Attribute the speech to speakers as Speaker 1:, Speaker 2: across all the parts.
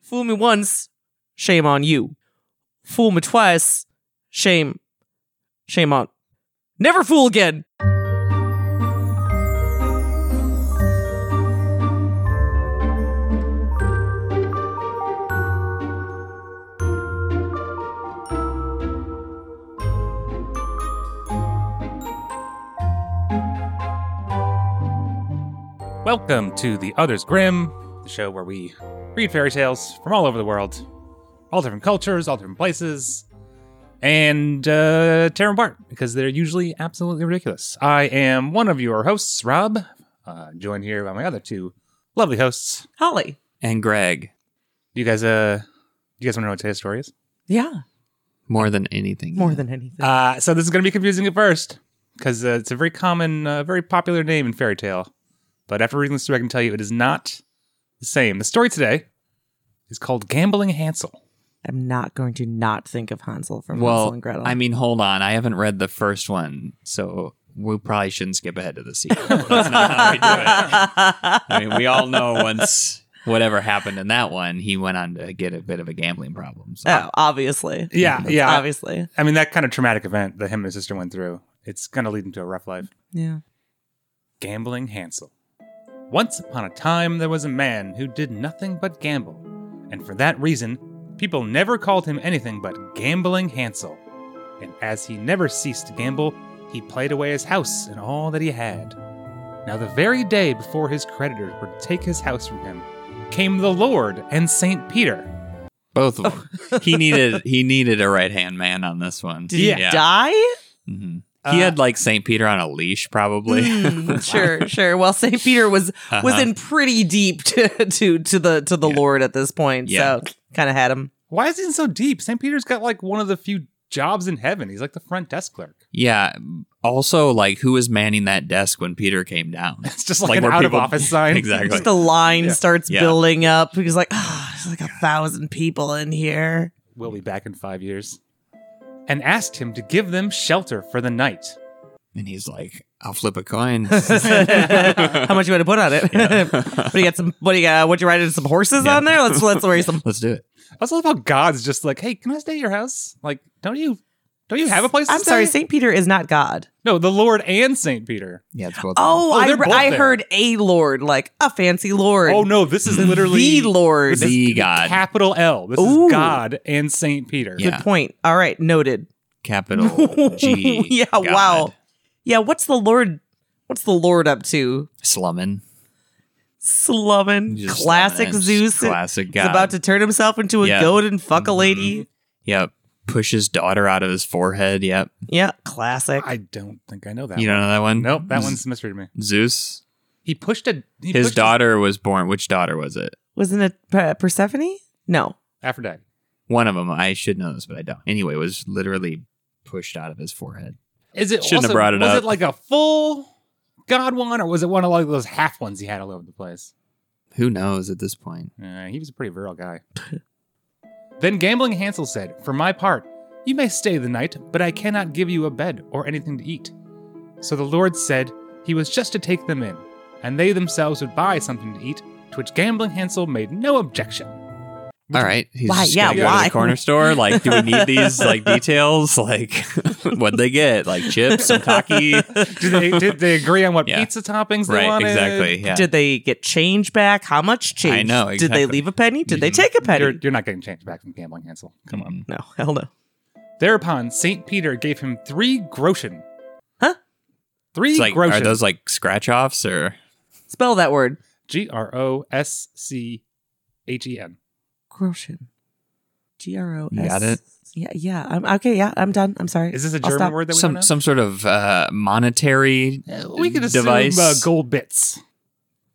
Speaker 1: Fool me once, shame on you. Fool me twice, shame, shame on. Never fool again.
Speaker 2: Welcome to The Others Grim, the show where we read fairy tales from all over the world, all different cultures, all different places, and uh, tear 'em apart because they're usually absolutely ridiculous. I am one of your hosts, Rob, uh, joined here by my other two lovely hosts.
Speaker 1: Holly.
Speaker 3: and Greg
Speaker 2: Do you guys, uh, do you guys want to know what today's story is?
Speaker 1: Yeah.
Speaker 3: more than anything.
Speaker 1: More than anything.
Speaker 2: Uh, so this is going to be confusing at first because uh, it's a very common, uh, very popular name in fairy tale. But after reading this through, I can tell you it is not the same. The story today is called Gambling Hansel.
Speaker 1: I'm not going to not think of Hansel from Hansel
Speaker 3: well,
Speaker 1: and Gretel.
Speaker 3: I mean, hold on. I haven't read the first one, so we probably shouldn't skip ahead to the sequel. That's not how we do it. I mean, we all know once whatever happened in that one, he went on to get a bit of a gambling problem. So.
Speaker 1: oh, obviously.
Speaker 2: Yeah, yeah.
Speaker 1: Obviously.
Speaker 2: I mean, that kind of traumatic event that him and his sister went through, it's going to lead him to a rough life.
Speaker 1: Yeah.
Speaker 2: Gambling Hansel. Once upon a time, there was a man who did nothing but gamble, and for that reason, people never called him anything but Gambling Hansel. And as he never ceased to gamble, he played away his house and all that he had. Now, the very day before his creditors were to take his house from him, came the Lord and St. Peter.
Speaker 3: Both of them. he needed he needed a right hand man on this one.
Speaker 1: Did
Speaker 2: Yeah.
Speaker 1: he die?
Speaker 3: hmm
Speaker 2: Uh,
Speaker 3: he had like Saint Peter on a leash, probably.
Speaker 1: Mm, sure, sure. Well, St. Peter was was
Speaker 3: Uh-huh.
Speaker 1: in pretty deep to to, to the to the
Speaker 3: Yeah.
Speaker 1: Lord at this point,
Speaker 3: Yeah.
Speaker 1: so kind of had him.
Speaker 2: Why is he in so deep? St. Peter's got like one of the few jobs in heaven. He's like the front desk clerk.
Speaker 3: Yeah. Also, like, who was manning that desk when Peter came down?
Speaker 2: It's just like,
Speaker 3: Like
Speaker 2: an
Speaker 3: where
Speaker 2: out
Speaker 3: people-
Speaker 2: of office sign.
Speaker 3: Exactly.
Speaker 1: Just the line
Speaker 2: Yeah.
Speaker 1: starts
Speaker 3: Yeah.
Speaker 1: building up. He's like, oh, there's like a thousand people in here.
Speaker 2: We'll be back in five years. And asked him to give them shelter for the night.
Speaker 3: And he's like, "I'll flip a coin."
Speaker 1: How much you want to put on it? what do you got? Some what do you got? What you riding some horses
Speaker 3: Yeah.
Speaker 1: on there? Let's let's worry some.
Speaker 3: Let's do it.
Speaker 2: I also love how God's just like, hey, can I stay at your house? Like, don't you don't you have a place to
Speaker 1: I'm
Speaker 2: stay?
Speaker 1: sorry, St. Peter is not God.
Speaker 2: No, the Lord and St. Peter.
Speaker 3: Yeah, it's both.
Speaker 1: Oh,
Speaker 2: Oh,
Speaker 1: I,
Speaker 2: they're both
Speaker 1: I
Speaker 2: there.
Speaker 1: heard a Lord, like a fancy Lord.
Speaker 2: Oh no, this is literally
Speaker 1: the Lord.
Speaker 2: this is
Speaker 3: The God.
Speaker 2: Capital L. This
Speaker 1: Ooh.
Speaker 2: is God and St. Peter.
Speaker 3: Yeah.
Speaker 1: Good point. All right, noted.
Speaker 2: Oh,
Speaker 3: capital G.
Speaker 1: yeah,
Speaker 3: God.
Speaker 1: wow. Yeah, what's the Lord? What's the Lord up to?
Speaker 3: Slumming.
Speaker 1: Slumming.
Speaker 3: Just
Speaker 1: classic
Speaker 3: slumming.
Speaker 1: Zeus.
Speaker 3: Classic
Speaker 1: He's
Speaker 3: God.
Speaker 1: about to turn himself into a
Speaker 3: Yeah. Mm-hmm.
Speaker 1: goat and fuck a lady.
Speaker 3: Yep. Push his daughter out of his forehead. Yep.
Speaker 1: Yeah, classic.
Speaker 2: I don't think I know that
Speaker 3: you
Speaker 2: one.
Speaker 3: don't know that one?
Speaker 2: Nope, that
Speaker 3: Z-
Speaker 2: one's mystery to me.
Speaker 3: Zeus.
Speaker 2: He pushed a he
Speaker 3: His
Speaker 2: pushed
Speaker 3: daughter was born. Which daughter was it?
Speaker 1: Wasn't it Per- Persephone? No.
Speaker 2: Aphrodite.
Speaker 3: One of them. I should know this, but I don't. Anyway, was literally pushed out of his forehead.
Speaker 2: Is it
Speaker 3: Shouldn't have
Speaker 2: also-
Speaker 3: brought it
Speaker 2: was
Speaker 3: up.
Speaker 2: it like a full God one or was it one of like those half ones he had all over the place?
Speaker 3: Who knows at this point?
Speaker 2: Uh, he was a pretty virile guy. then Gambling Hansel said, For my part, you may stay the night, but I cannot give you a bed or anything to eat. So the Lord said he was just to take them in, and they themselves would buy something to eat, to which Gambling Hansel made no objection.
Speaker 3: All right. He's
Speaker 1: Why?
Speaker 3: just
Speaker 1: Yeah,
Speaker 3: gonna go to
Speaker 1: why?
Speaker 3: the corner store. Like, do we need these like details? Like, what'd they get? Like chips, some cocky.
Speaker 2: Did they, did they agree on what
Speaker 3: Yeah.
Speaker 2: pizza toppings they
Speaker 3: right.
Speaker 2: wanted?
Speaker 3: Exactly. Yeah.
Speaker 1: Did they get change back? How much change?
Speaker 3: know,
Speaker 1: Did they
Speaker 3: exactly.
Speaker 1: leave a penny? Did they
Speaker 3: Mhm.
Speaker 1: take a penny?
Speaker 2: You're, you're not getting change back from Gambling Hansel. Come on.
Speaker 1: No, hell no.
Speaker 2: Thereupon, St. Peter gave him three groschen.
Speaker 1: Huh?
Speaker 2: Three
Speaker 3: It's like,
Speaker 2: groschen.
Speaker 3: are those like scratch offs or?
Speaker 1: Spell that word.
Speaker 2: G R O S C H E N.
Speaker 1: Groschen. G R O S.
Speaker 3: You got it?
Speaker 1: Yeah, yeah. I'm okay. Yeah, I'm done. I'm sorry.
Speaker 2: Is this a
Speaker 1: I'll
Speaker 2: German
Speaker 1: stop.
Speaker 2: word that we
Speaker 3: some
Speaker 2: don't
Speaker 3: some sort of uh, monetary
Speaker 2: know? Uh, we could assume
Speaker 3: device.
Speaker 2: uh, gold bits.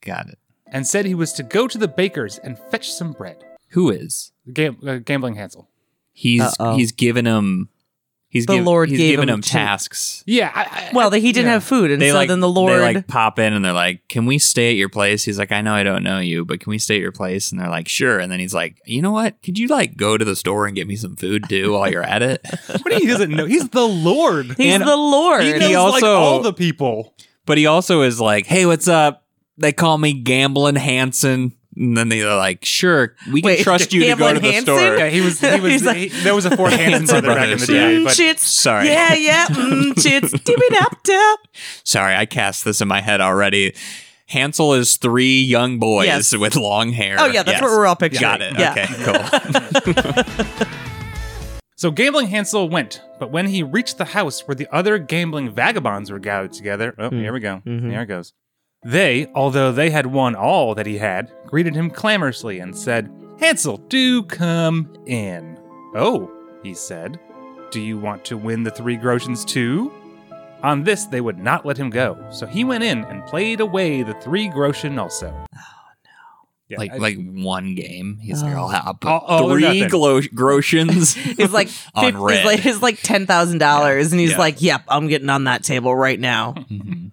Speaker 3: Got it.
Speaker 2: And said he was to go to the baker's and fetch some bread.
Speaker 3: Who is
Speaker 2: Gam- uh, gambling Hansel.
Speaker 3: he's
Speaker 1: Uh-oh.
Speaker 3: he's given him he's
Speaker 1: The
Speaker 3: giv-
Speaker 1: Lord
Speaker 3: he's
Speaker 1: gave
Speaker 3: given
Speaker 1: him
Speaker 3: him,
Speaker 1: two-
Speaker 3: tasks.
Speaker 2: Yeah. I, I,
Speaker 1: Well, he didn't
Speaker 2: yeah.
Speaker 1: have food, and
Speaker 3: They
Speaker 1: so
Speaker 3: like
Speaker 1: then the Lord.
Speaker 3: they like pop in and they're like, "Can we stay at your place?" He's like, "I know I don't know you, but can we stay at your place?" And they're like, "Sure." And then he's like, "You know what? Could you like go to the store and get me some food too while you're at it?"
Speaker 2: What do you- he doesn't know? He's the Lord.
Speaker 1: He's
Speaker 3: and
Speaker 1: the Lord. Mm,
Speaker 2: he knows
Speaker 3: He
Speaker 2: like
Speaker 3: also-
Speaker 2: all the people.
Speaker 3: but he also is like, "Hey, what's up? They call me Gambling Hanson." And then they're like, sure, we can
Speaker 1: Wait,
Speaker 3: trust you to go to
Speaker 1: Gambling
Speaker 3: the
Speaker 1: Hanson?
Speaker 3: store.
Speaker 2: Yeah, he was. He was.
Speaker 1: He's like-
Speaker 2: he, there was a Fort Hansen brother back in the
Speaker 3: Brothers,
Speaker 2: day.
Speaker 3: yeah.
Speaker 2: But
Speaker 1: Shits.
Speaker 3: sorry.
Speaker 1: Yeah, yeah. Mm, shits. Dibbidabdab.
Speaker 3: Sorry, I cast this in my head already. Hansel is three young boys
Speaker 1: Yes.
Speaker 3: with long hair.
Speaker 1: Oh, yeah, that's
Speaker 3: Yes.
Speaker 1: what we're all picturing.
Speaker 3: Got it.
Speaker 1: Yeah.
Speaker 3: Okay, cool.
Speaker 2: so gambling Hansel went, but when he reached the house where the other gambling vagabonds were gathered together, oh, here we go.
Speaker 1: Mhm.
Speaker 2: Here it goes. They, although they had won all that he had, greeted him clamorously and said, "Hansel, do come in." Oh, he said, "Do you want to win the three groschens too?" On this, they would not let him go, so he went in and played away the three groschen also. Oh no!
Speaker 3: like like one game. He's like, I'll have
Speaker 2: All- all or
Speaker 3: three
Speaker 2: Uh, oh, nothing.
Speaker 3: glo- groshens.
Speaker 1: It's like,
Speaker 3: On
Speaker 1: fif-
Speaker 3: red.
Speaker 1: it's like, it's like $10,000. And he's
Speaker 3: Yeah.
Speaker 1: like, yep, I'm getting on that table right now.
Speaker 3: Mhm.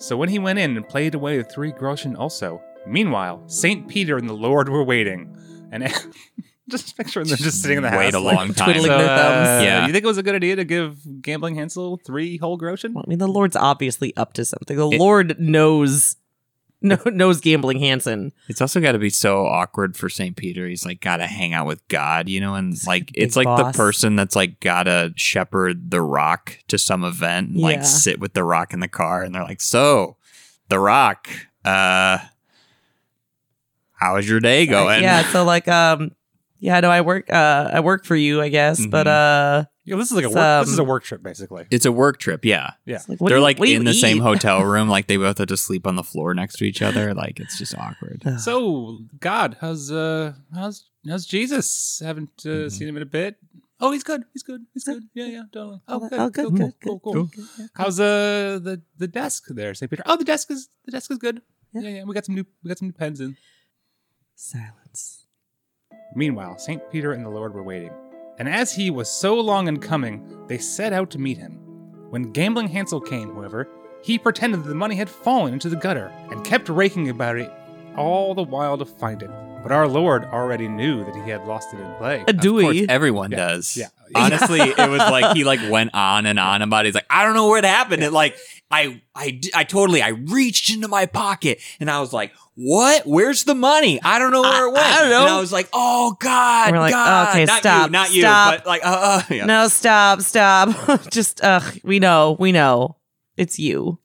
Speaker 2: So when he went in and played away the three groschen also, meanwhile, Saint Peter and the Lord were waiting. And just picturing them just sitting in the house.
Speaker 3: Wait a
Speaker 2: like,
Speaker 3: long time.
Speaker 1: twiddling their thumbs.
Speaker 3: Yeah.
Speaker 2: uh, You think it was a good idea to give Gambling Hansel three whole groschen?
Speaker 1: Well, I mean, the Lord's obviously up to something. The
Speaker 3: It-
Speaker 1: Lord knows, no, knows gambling Hansen.
Speaker 3: It's also got to be so awkward for St. Peter. He's like got to hang out with God, you know, and like
Speaker 1: big
Speaker 3: it's like
Speaker 1: boss.
Speaker 3: the person that's like got to shepherd the rock to some event, and,
Speaker 1: Yeah.
Speaker 3: like sit with the rock in the car and they're like, "So, the rock, uh how is your day going?"
Speaker 1: Yeah. So like, um, yeah, no, I work, uh, I work for you, I guess. But
Speaker 3: Mhm.
Speaker 1: uh,
Speaker 2: Yeah, this is like a
Speaker 1: It's,
Speaker 2: work, this is a
Speaker 1: um,
Speaker 2: work trip basically.
Speaker 3: It's a work trip, yeah.
Speaker 1: it's like, what do
Speaker 3: They're
Speaker 1: you-
Speaker 3: like
Speaker 1: what do you
Speaker 3: in the
Speaker 1: eat?
Speaker 3: same hotel room, like they both have to sleep on the floor next to each other. Like it's just awkward.
Speaker 2: So God, how's uh how's how's Jesus? Haven't uh,
Speaker 3: Mhm.
Speaker 2: seen him in a bit. Oh, he's good. He's good. He's good. Yeah, yeah, totally.
Speaker 1: Oh,
Speaker 2: Oh,
Speaker 1: that-
Speaker 2: good.
Speaker 1: oh, good,
Speaker 2: cool,
Speaker 1: good,
Speaker 2: cool,
Speaker 1: good,
Speaker 2: cool,
Speaker 3: cool.
Speaker 2: cool. How's uh the the desk there, St. Peter? Oh, the desk is the desk is good.
Speaker 1: Yeah.
Speaker 2: Yeah, yeah. we got some new we got some new pens in.
Speaker 1: Silence.
Speaker 2: Meanwhile, St. Peter and the Lord were waiting. And as he was so long in coming, they set out to meet him. When Gambling Hansel came, however, he pretended that the money had fallen into the gutter and kept raking about it all the while to find it. But our Lord already knew that he had lost it in play.
Speaker 1: A
Speaker 3: Uh, Of course,
Speaker 1: Dewey.
Speaker 3: everyone
Speaker 2: Yeah,
Speaker 3: does.
Speaker 2: yeah.
Speaker 1: Uh,
Speaker 3: Honestly, it was like he like went on and on about. It. He's like, I don't know where it happened. And like, I, I, d- I totally, I reached into my pocket and I was like, what? Where's the money? I don't know where
Speaker 1: I-
Speaker 3: it went.
Speaker 1: I don't know.
Speaker 3: And I was like, oh God,
Speaker 1: We're like,
Speaker 3: God,
Speaker 1: okay,
Speaker 3: not
Speaker 1: stop,
Speaker 3: you, not you,
Speaker 1: stop.
Speaker 3: but like, uh, uh yeah.
Speaker 1: No, stop, stop. Just, ugh, we know, we know. It's you.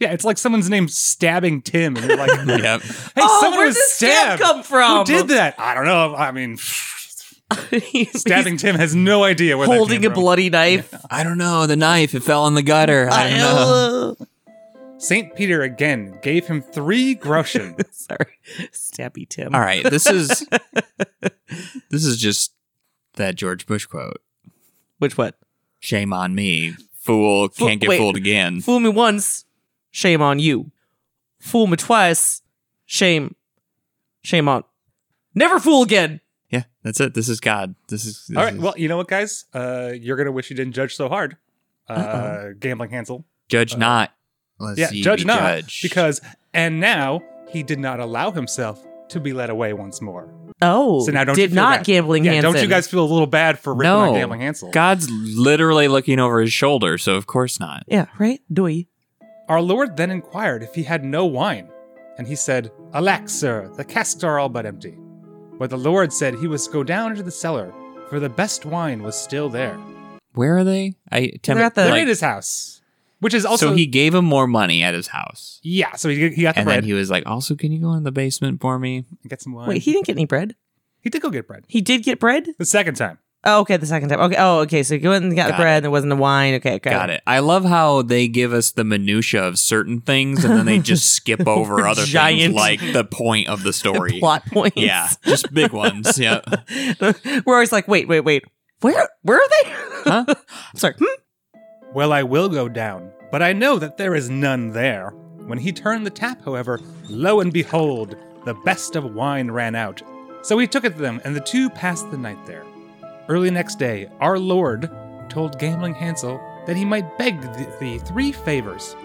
Speaker 2: Yeah, it's like someone's name stabbing Tim, and you're like, hey,
Speaker 3: Yep.
Speaker 1: oh,
Speaker 2: someone
Speaker 1: where
Speaker 2: was
Speaker 1: did stab
Speaker 2: stabbed.
Speaker 1: come from?
Speaker 2: Who did that? I don't know. I mean,
Speaker 1: He's
Speaker 2: stabbing Tim has no idea where that
Speaker 1: holding a
Speaker 2: came from.
Speaker 1: bloody knife.
Speaker 3: I don't know. The knife, it fell in the gutter. I don't know.
Speaker 1: Ugh.
Speaker 2: St. Peter again gave him three groschen.
Speaker 1: Sorry, stabby Tim.
Speaker 3: All right, this is, this is just that George Bush quote.
Speaker 1: Which what?
Speaker 3: Shame on me, fool.
Speaker 1: Fool-
Speaker 3: Can't get
Speaker 1: wait.
Speaker 3: fooled again.
Speaker 1: Fool me once, shame on you. Fool me twice, shame, shame on. Never fool again.
Speaker 3: Yeah, that's it. This is God. This is this
Speaker 2: All right.
Speaker 3: is-
Speaker 2: Well, you know what, guys? Uh, you're gonna wish you didn't judge so hard. Uh, Gambling Hansel.
Speaker 3: judge not. Let's
Speaker 2: Yeah,
Speaker 3: ye
Speaker 2: judge
Speaker 3: be
Speaker 2: not,
Speaker 3: judged.
Speaker 2: because and now he did not allow himself to be led away once more.
Speaker 1: Oh,
Speaker 2: So now don't you
Speaker 1: did
Speaker 2: feel
Speaker 1: not
Speaker 2: bad.
Speaker 1: gambling
Speaker 2: yeah,
Speaker 1: Hansen.
Speaker 2: don't you guys feel a little bad for ripping on
Speaker 3: No.
Speaker 2: Gambling Hansel?
Speaker 3: God's literally looking over his shoulder, so of course not.
Speaker 1: Yeah, right. Do we?
Speaker 2: Our Lord then inquired if he had no wine, and he said, "Alack, sir, the casks are all but empty." But the Lord said he was to go down into the cellar, for the best wine was still there.
Speaker 3: Where are they? I Tim,
Speaker 1: They're at the-
Speaker 2: They're
Speaker 3: like,
Speaker 2: in his house, which is also
Speaker 3: so he gave him more money at his house,
Speaker 2: yeah. So he, he got the
Speaker 3: and
Speaker 2: bread.
Speaker 3: then he was like, "Also, can you go in the basement for me?"
Speaker 2: and get some wine.
Speaker 1: Wait, he didn't get any bread.
Speaker 2: he did go get bread
Speaker 1: He did get bread.
Speaker 2: the second time.
Speaker 1: Oh, okay, the second time. Okay. Oh, okay. So he went and got, the
Speaker 3: Got
Speaker 1: bread. and There wasn't the wine. Okay, okay.
Speaker 3: Got it. I love how they give us the minutia of certain things, and then they just skip over other
Speaker 1: Giant-
Speaker 3: things, like the point of the story.
Speaker 1: Plot points.
Speaker 3: Yeah, just big ones. Yeah.
Speaker 1: We're always like, wait, wait, wait. Where? Where are they?
Speaker 3: Huh?
Speaker 1: I'm sorry. Hmm?
Speaker 2: Well, I will go down, but I know that there is none there. When he turned the tap, however, lo and behold, the best of wine ran out. So he took it to them, and the two passed the night there. Early next day, our Lord told Gambling Hansel that he might beg the, the three favors.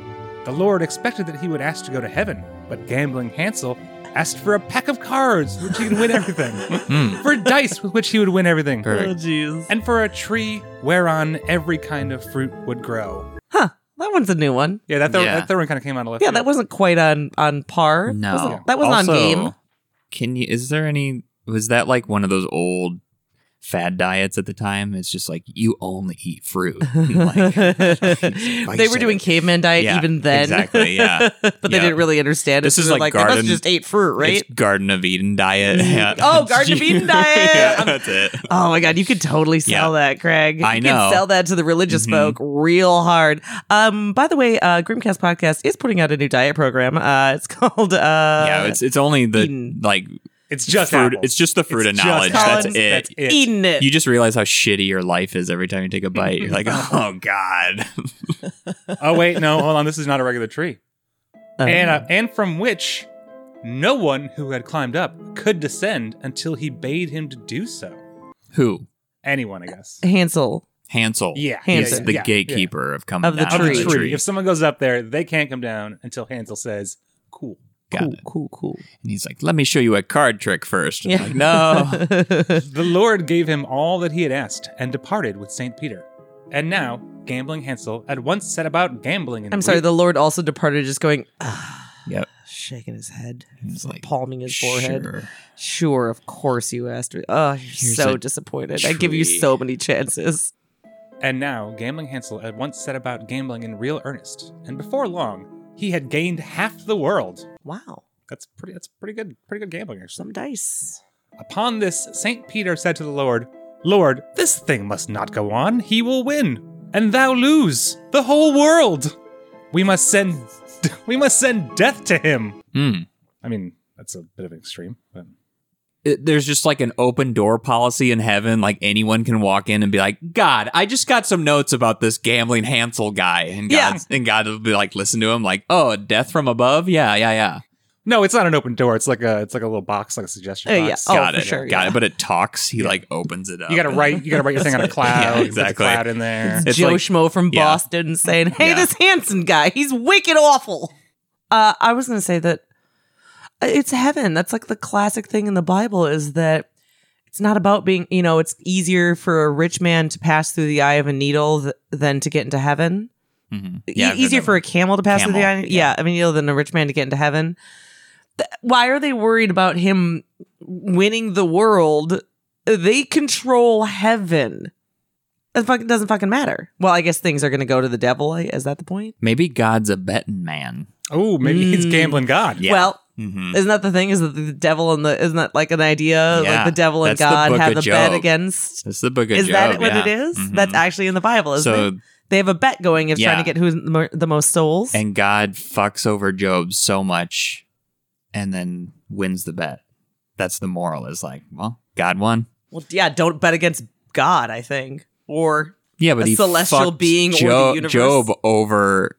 Speaker 2: The Lord expected that he would ask to go to heaven, but Gambling Hansel asked for a pack of cards which he could win everything,
Speaker 3: Hmm.
Speaker 2: for dice with which he would win everything
Speaker 1: Oh,
Speaker 3: Perfect.
Speaker 1: jeez.
Speaker 2: and for a tree whereon every kind of fruit would grow.
Speaker 1: That one's a new one.
Speaker 2: Yeah, that third,
Speaker 3: Yeah.
Speaker 2: that third one kind of came out of left.
Speaker 1: Yeah,
Speaker 2: field.
Speaker 1: that wasn't quite on on par.
Speaker 3: No,
Speaker 1: Wasn't- that was not on
Speaker 3: Also,
Speaker 1: game.
Speaker 3: Can you? Is there any? Was that like one of those old fad diets at the time? It's just like you only eat fruit. Like,
Speaker 1: they were doing caveman diet
Speaker 3: Yeah,
Speaker 1: even then.
Speaker 3: exactly, yeah.
Speaker 1: but they
Speaker 3: Yeah.
Speaker 1: didn't really understand it.
Speaker 3: This
Speaker 1: so
Speaker 3: is
Speaker 1: they're
Speaker 3: like
Speaker 1: they must
Speaker 3: garden-
Speaker 1: just ate fruit, right?
Speaker 3: It's Garden of Eden diet. Yeah.
Speaker 1: Oh, Garden of Eden diet!
Speaker 3: yeah, that's it.
Speaker 1: Oh my god, you could totally sell that, Craig.
Speaker 3: I
Speaker 1: you
Speaker 3: know.
Speaker 1: Could sell that to the religious
Speaker 3: Mhm.
Speaker 1: folk real hard. Um, by the way, uh, Grimcast Podcast is putting out a new diet program. Uh, it's called. Uh,
Speaker 3: yeah, it's it's only the
Speaker 1: Eden.
Speaker 3: like
Speaker 2: It's just
Speaker 3: fruit.
Speaker 2: apples.
Speaker 3: It's just the fruit
Speaker 2: It's just
Speaker 3: of knowledge.
Speaker 1: apples.
Speaker 3: That's
Speaker 1: Collins,
Speaker 3: it.
Speaker 2: That's it.
Speaker 1: eating it.
Speaker 3: You just realize how shitty your life is every time you take a bite. You're like, oh god.
Speaker 2: oh wait, no, hold on. This is not a regular tree,
Speaker 1: Um,
Speaker 2: and uh, and from which no one who had climbed up could descend until he bade him to do so.
Speaker 3: Who?
Speaker 2: Anyone, I guess.
Speaker 1: Hansel.
Speaker 3: Hansel.
Speaker 2: Yeah,
Speaker 3: He's
Speaker 1: Hansel.
Speaker 3: the
Speaker 2: yeah, yeah.
Speaker 3: gatekeeper of coming
Speaker 1: Of the
Speaker 3: down
Speaker 2: Of
Speaker 3: from
Speaker 2: the
Speaker 1: tree.
Speaker 2: tree. If someone goes up there, they can't come down until Hansel says, "Cool."
Speaker 3: Got
Speaker 1: Cool,
Speaker 3: it.
Speaker 1: cool, cool.
Speaker 3: And he's like, let me show you a card trick first. I'm
Speaker 1: Yeah.
Speaker 3: like, no.
Speaker 2: The Lord gave him all that he had asked and departed with St. Peter. And now, gambling Hansel at once set about gambling. And
Speaker 1: I'm sorry. The Lord also departed, just going.
Speaker 3: Yep.
Speaker 1: Shaking his head,
Speaker 3: He's like,
Speaker 1: palming his forehead.
Speaker 3: "Sure."
Speaker 1: Sure, of course you asked me. Oh, you're
Speaker 3: Here's
Speaker 1: so
Speaker 3: a
Speaker 1: disappointed. I give you
Speaker 3: tree.
Speaker 1: so many chances.
Speaker 2: And now, gambling Hansel at once set about gambling in real earnest. And before long, he had gained half the world.
Speaker 1: Wow,
Speaker 2: That's pretty. That's pretty good. Pretty good gambling, actually.
Speaker 1: some dice.
Speaker 2: Upon this, St. Peter said to the Lord, Lord, this thing must not go on. He will win, and thou lose the whole world. We must send we must send death to him.
Speaker 3: Hmm.
Speaker 2: I mean, that's a bit of an extreme, but
Speaker 3: It- There's just like an open door policy in heaven. Like anyone can walk in and be like, God, I just got some notes about this gambling Hansel guy. And
Speaker 1: Yeah.
Speaker 3: God, and God will be like, listen to him, like, oh, death from above? Yeah, yeah, yeah.
Speaker 2: No, it's not an open door. It's like a it's like a little box, like a suggestion
Speaker 1: Uh,
Speaker 2: box.
Speaker 1: yeah. Oh,
Speaker 3: Got
Speaker 1: for
Speaker 3: it.
Speaker 1: sure,
Speaker 3: Got
Speaker 1: yeah.
Speaker 3: it. But it talks. He like opens it up.
Speaker 2: You gotta write you gotta write your thing on a
Speaker 3: Yeah,
Speaker 2: cloud. put the
Speaker 3: exactly.
Speaker 2: cloud in there.
Speaker 3: It's
Speaker 1: Joe
Speaker 3: like-
Speaker 1: Schmo from
Speaker 3: yeah.
Speaker 1: Boston saying, "Hey,
Speaker 3: Yeah.
Speaker 1: this Hanson guy, he's wicked awful." Uh, I was going to say that uh, it's heaven. That's like the classic thing in the Bible is that it's not about being, you know, it's easier for a rich man to pass through the eye of a needle th- than to get into heaven.
Speaker 3: Mhm.
Speaker 1: E-
Speaker 3: Yeah, I've heard
Speaker 1: easier
Speaker 3: that
Speaker 1: for a camel to pass through the eye,
Speaker 3: Camel,
Speaker 1: yeah, of a needle than a rich man to get into heaven. Th- Why are they worried about him winning the world? They control heaven. It fuck- doesn't fucking matter. Well, I guess things are going to go to the devil. I- Is that the point?
Speaker 3: Maybe God's a betting man.
Speaker 2: Oh, maybe he's
Speaker 1: Mm.
Speaker 2: gambling God.
Speaker 3: Yeah.
Speaker 1: Well,
Speaker 3: Mm-hmm.
Speaker 1: isn't that the thing? Is that the devil and the isn't that like an idea?
Speaker 3: Yeah,
Speaker 1: like the devil and
Speaker 3: that's the
Speaker 1: God
Speaker 3: book
Speaker 1: have a
Speaker 3: of
Speaker 1: bet
Speaker 3: Job.
Speaker 1: against.
Speaker 3: That's the book of
Speaker 1: is
Speaker 3: Job.
Speaker 1: that what
Speaker 3: yeah.
Speaker 1: it is?
Speaker 3: Mhm.
Speaker 1: That's actually in the Bible, isn't
Speaker 3: so
Speaker 1: it? They have a bet going of trying
Speaker 3: Yeah.
Speaker 1: to get who's the, mo- the most souls.
Speaker 3: and God fucks over Job so much and then wins the bet. That's the moral is like, well, God won.
Speaker 1: well, yeah, don't bet against God. I think or
Speaker 3: Yeah, but
Speaker 1: A
Speaker 3: he
Speaker 1: celestial
Speaker 3: fucked
Speaker 1: being or the
Speaker 3: Jo-
Speaker 1: universe.
Speaker 3: Job over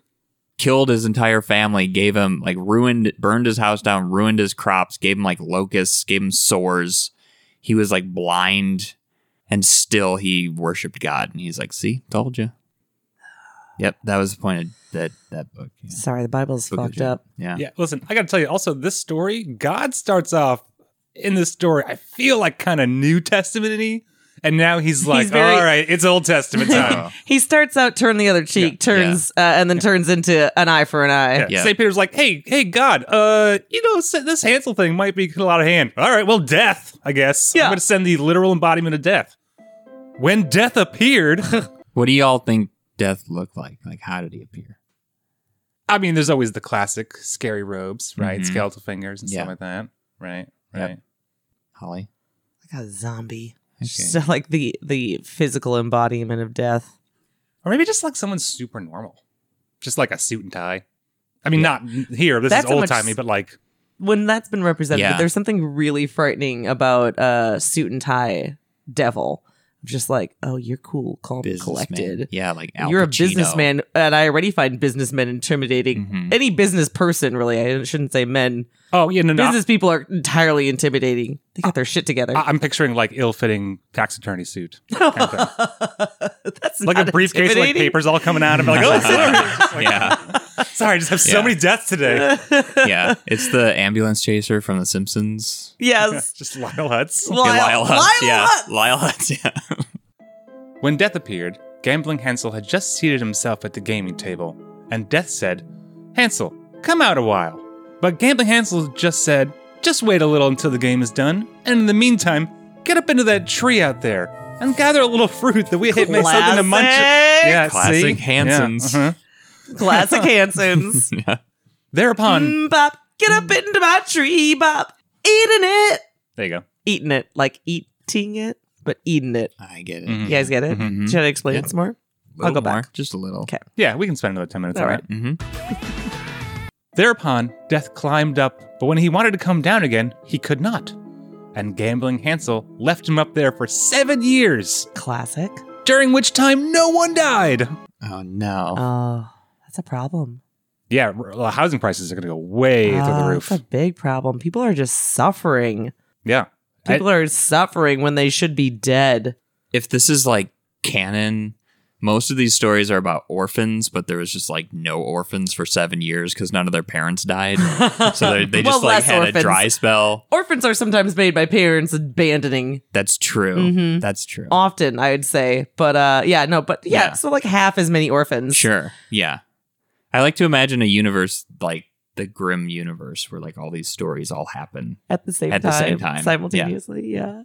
Speaker 3: killed his entire family, gave him like ruined burned his house down, ruined his crops, gave him like locusts, gave him sores. He was like blind and still he worshiped God and he's like, "See, told you." Yep, that was the point of that that book. Yeah.
Speaker 1: sorry, the Bible's
Speaker 3: Book of
Speaker 1: fucked
Speaker 3: Job.
Speaker 1: up.
Speaker 3: Yeah.
Speaker 2: Yeah, listen, I got to tell you also this story, God starts off in this story, I feel like kind of New Testament y. And now he's like,
Speaker 1: very-
Speaker 2: all right, it's Old Testament time.
Speaker 3: Oh.
Speaker 1: He starts out turn the other cheek, turns uh, and then turns into an eye for an eye.
Speaker 2: Yeah.
Speaker 3: Yeah.
Speaker 2: St. Peter's like, hey, hey, God, uh, you know, s- this Hansel thing might be a lot of hand. All right, well, death, I guess.
Speaker 1: Yeah.
Speaker 2: I'm going to send the literal embodiment of death. When death appeared,
Speaker 3: What do y'all think death looked like? Like how did he appear?
Speaker 2: I mean, there's always the classic scary robes, right?
Speaker 3: Mhm.
Speaker 2: Skeletal fingers and
Speaker 3: Yeah.
Speaker 2: stuff like that, right?
Speaker 3: Yep.
Speaker 2: Right.
Speaker 3: Holly?
Speaker 1: Like a zombie.
Speaker 3: Okay.
Speaker 1: So like the the physical embodiment of death.
Speaker 2: Or maybe just like someone super normal, just like a suit and tie. I mean, not here. This
Speaker 1: That's
Speaker 2: is
Speaker 1: how
Speaker 2: old
Speaker 1: much-
Speaker 2: timey, but like,
Speaker 1: when that's been represented,
Speaker 3: Yeah.
Speaker 1: but there's something really frightening about uh suit and tie devil. I'm just like, oh, you're cool, calm, and
Speaker 3: Businessman.
Speaker 1: collected.
Speaker 3: Yeah, like Al
Speaker 1: You're a
Speaker 3: Pacino.
Speaker 1: businessman, and I already find businessmen intimidating.
Speaker 3: Mhm.
Speaker 1: Any business person, really. I shouldn't say men.
Speaker 2: oh, yeah, no, no.
Speaker 1: Business people are entirely intimidating. They got their shit together.
Speaker 2: I- I'm picturing like ill fitting tax attorney suit. kind of thing.
Speaker 1: that's
Speaker 2: like
Speaker 1: not
Speaker 2: a briefcase, with, like
Speaker 1: intimidating.
Speaker 2: papers all coming out of it. Like, oh, sorry. It's like,
Speaker 3: yeah,
Speaker 2: Sorry, I just have so
Speaker 3: Yeah.
Speaker 2: many deaths today.
Speaker 3: yeah. It's the ambulance chaser from The Simpsons.
Speaker 1: Yes.
Speaker 2: just Lyle Hutz.
Speaker 1: Lyle,
Speaker 3: Yeah, Lyle Hutz.
Speaker 1: Lyle
Speaker 3: yeah,
Speaker 1: Hutz.
Speaker 3: Lyle Hutz. Yeah.
Speaker 2: When Death appeared, Gambling Hansel had just seated himself at the gaming table, and Death said, Hansel, come out a while. But Gambling Hansel just said, Just wait a little until the game is done, and in the meantime, get up into that tree out there and gather a little fruit that we had made something to munch.
Speaker 1: Classic.
Speaker 2: Yeah,
Speaker 3: Classic
Speaker 2: see?
Speaker 3: Hansons.
Speaker 2: Yeah, uh-huh.
Speaker 1: Classic Hansons.
Speaker 2: Thereupon,
Speaker 1: Mm, bop, get up into my tree, bop. Eating it.
Speaker 2: there you go.
Speaker 1: Eating it. Like eating it, but eating it.
Speaker 3: I get it.
Speaker 2: Mhm.
Speaker 1: You guys get it?
Speaker 2: Mhm.
Speaker 1: Should I explain
Speaker 3: Yeah.
Speaker 1: it some more?
Speaker 3: Little
Speaker 1: go back.
Speaker 3: more, just a little.
Speaker 1: Okay.
Speaker 2: Yeah, we can spend another ten minutes
Speaker 1: All
Speaker 2: on
Speaker 1: right.
Speaker 2: it.
Speaker 3: hmm
Speaker 2: Thereupon, Death climbed up, but when he wanted to come down again, he could not. And gambling Hansel left him up there for seven years,
Speaker 1: Classic.
Speaker 2: during which time no one died.
Speaker 3: Oh no.
Speaker 1: Oh, that's a problem.
Speaker 2: Yeah, r- well, housing prices are going to go way through the
Speaker 1: Oh,
Speaker 2: roof.
Speaker 1: That's a big problem. People are just suffering.
Speaker 2: yeah. I-
Speaker 1: People are suffering when they should be dead.
Speaker 3: if this is like canon, most of these stories are about orphans, but there was just like no orphans for seven years because none of their parents died. So they, they just
Speaker 1: Well,
Speaker 3: like
Speaker 1: less
Speaker 3: had a
Speaker 1: orphans.
Speaker 3: dry spell.
Speaker 1: Orphans are sometimes made by parents abandoning
Speaker 3: That's true.
Speaker 1: Mhm.
Speaker 3: That's true.
Speaker 1: often, I would say. But uh yeah, no, but yeah,
Speaker 3: Yeah.
Speaker 1: so like half as many orphans.
Speaker 3: Sure. Yeah. I like to imagine a universe like the Grim universe where like all these stories all happen.
Speaker 1: At the same
Speaker 3: At the
Speaker 1: time.
Speaker 3: same time, yeah.
Speaker 1: Simultaneously, yeah.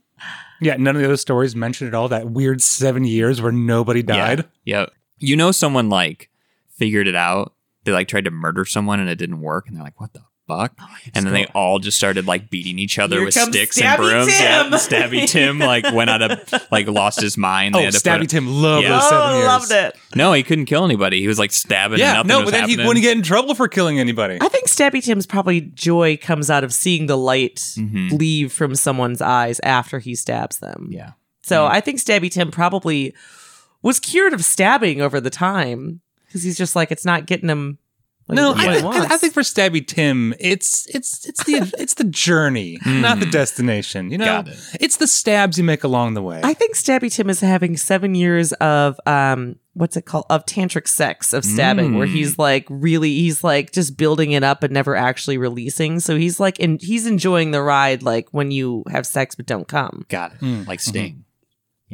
Speaker 2: Yeah, none of the other stories mentioned at all that weird seven years where nobody died.
Speaker 3: Yep. You know, someone like figured it out. They like tried to murder someone and it didn't work. And they're like, what the fuck?
Speaker 2: Oh,
Speaker 3: and then they all just started like beating each other
Speaker 1: Here
Speaker 3: with
Speaker 1: comes
Speaker 3: sticks
Speaker 1: Stabby
Speaker 3: and brooms.
Speaker 1: Tim.
Speaker 3: Yeah, Stabby Tim like went out of like lost his mind.
Speaker 2: Oh,
Speaker 3: They had to put
Speaker 2: Stabby
Speaker 3: him-
Speaker 2: Tim loved
Speaker 3: Yeah.
Speaker 2: those seven
Speaker 1: Oh,
Speaker 2: years.
Speaker 1: loved it.
Speaker 3: No, he couldn't kill anybody. He was like stabbing.
Speaker 2: Yeah,
Speaker 3: and nothing
Speaker 2: no,
Speaker 3: was
Speaker 2: but then he
Speaker 3: happening.
Speaker 2: wouldn't get in trouble for killing anybody.
Speaker 1: I think Stabby Tim's probably joy comes out of seeing the light
Speaker 3: Mhm.
Speaker 1: leave from someone's eyes after he stabs them.
Speaker 3: Yeah. Mm-hmm.
Speaker 1: So I think Stabby Tim probably was cured of stabbing over the time because he's just like it's not getting him. What
Speaker 2: no,
Speaker 1: he,
Speaker 2: I
Speaker 1: what he
Speaker 2: think,
Speaker 1: wants.
Speaker 2: I think for Stabby Tim, it's it's it's the it's the journey, not the destination. You know,
Speaker 3: Hmm. Got it.
Speaker 2: it's the stabs you make along the way.
Speaker 1: I think Stabby Tim is having seven years of um what's it called of tantric sex of stabbing where
Speaker 3: Mm.
Speaker 1: he's like really he's like just building it up and never actually releasing so he's like and he's enjoying the ride like when you have sex but don't come
Speaker 3: Got it.
Speaker 2: Mm.
Speaker 3: Like Sting.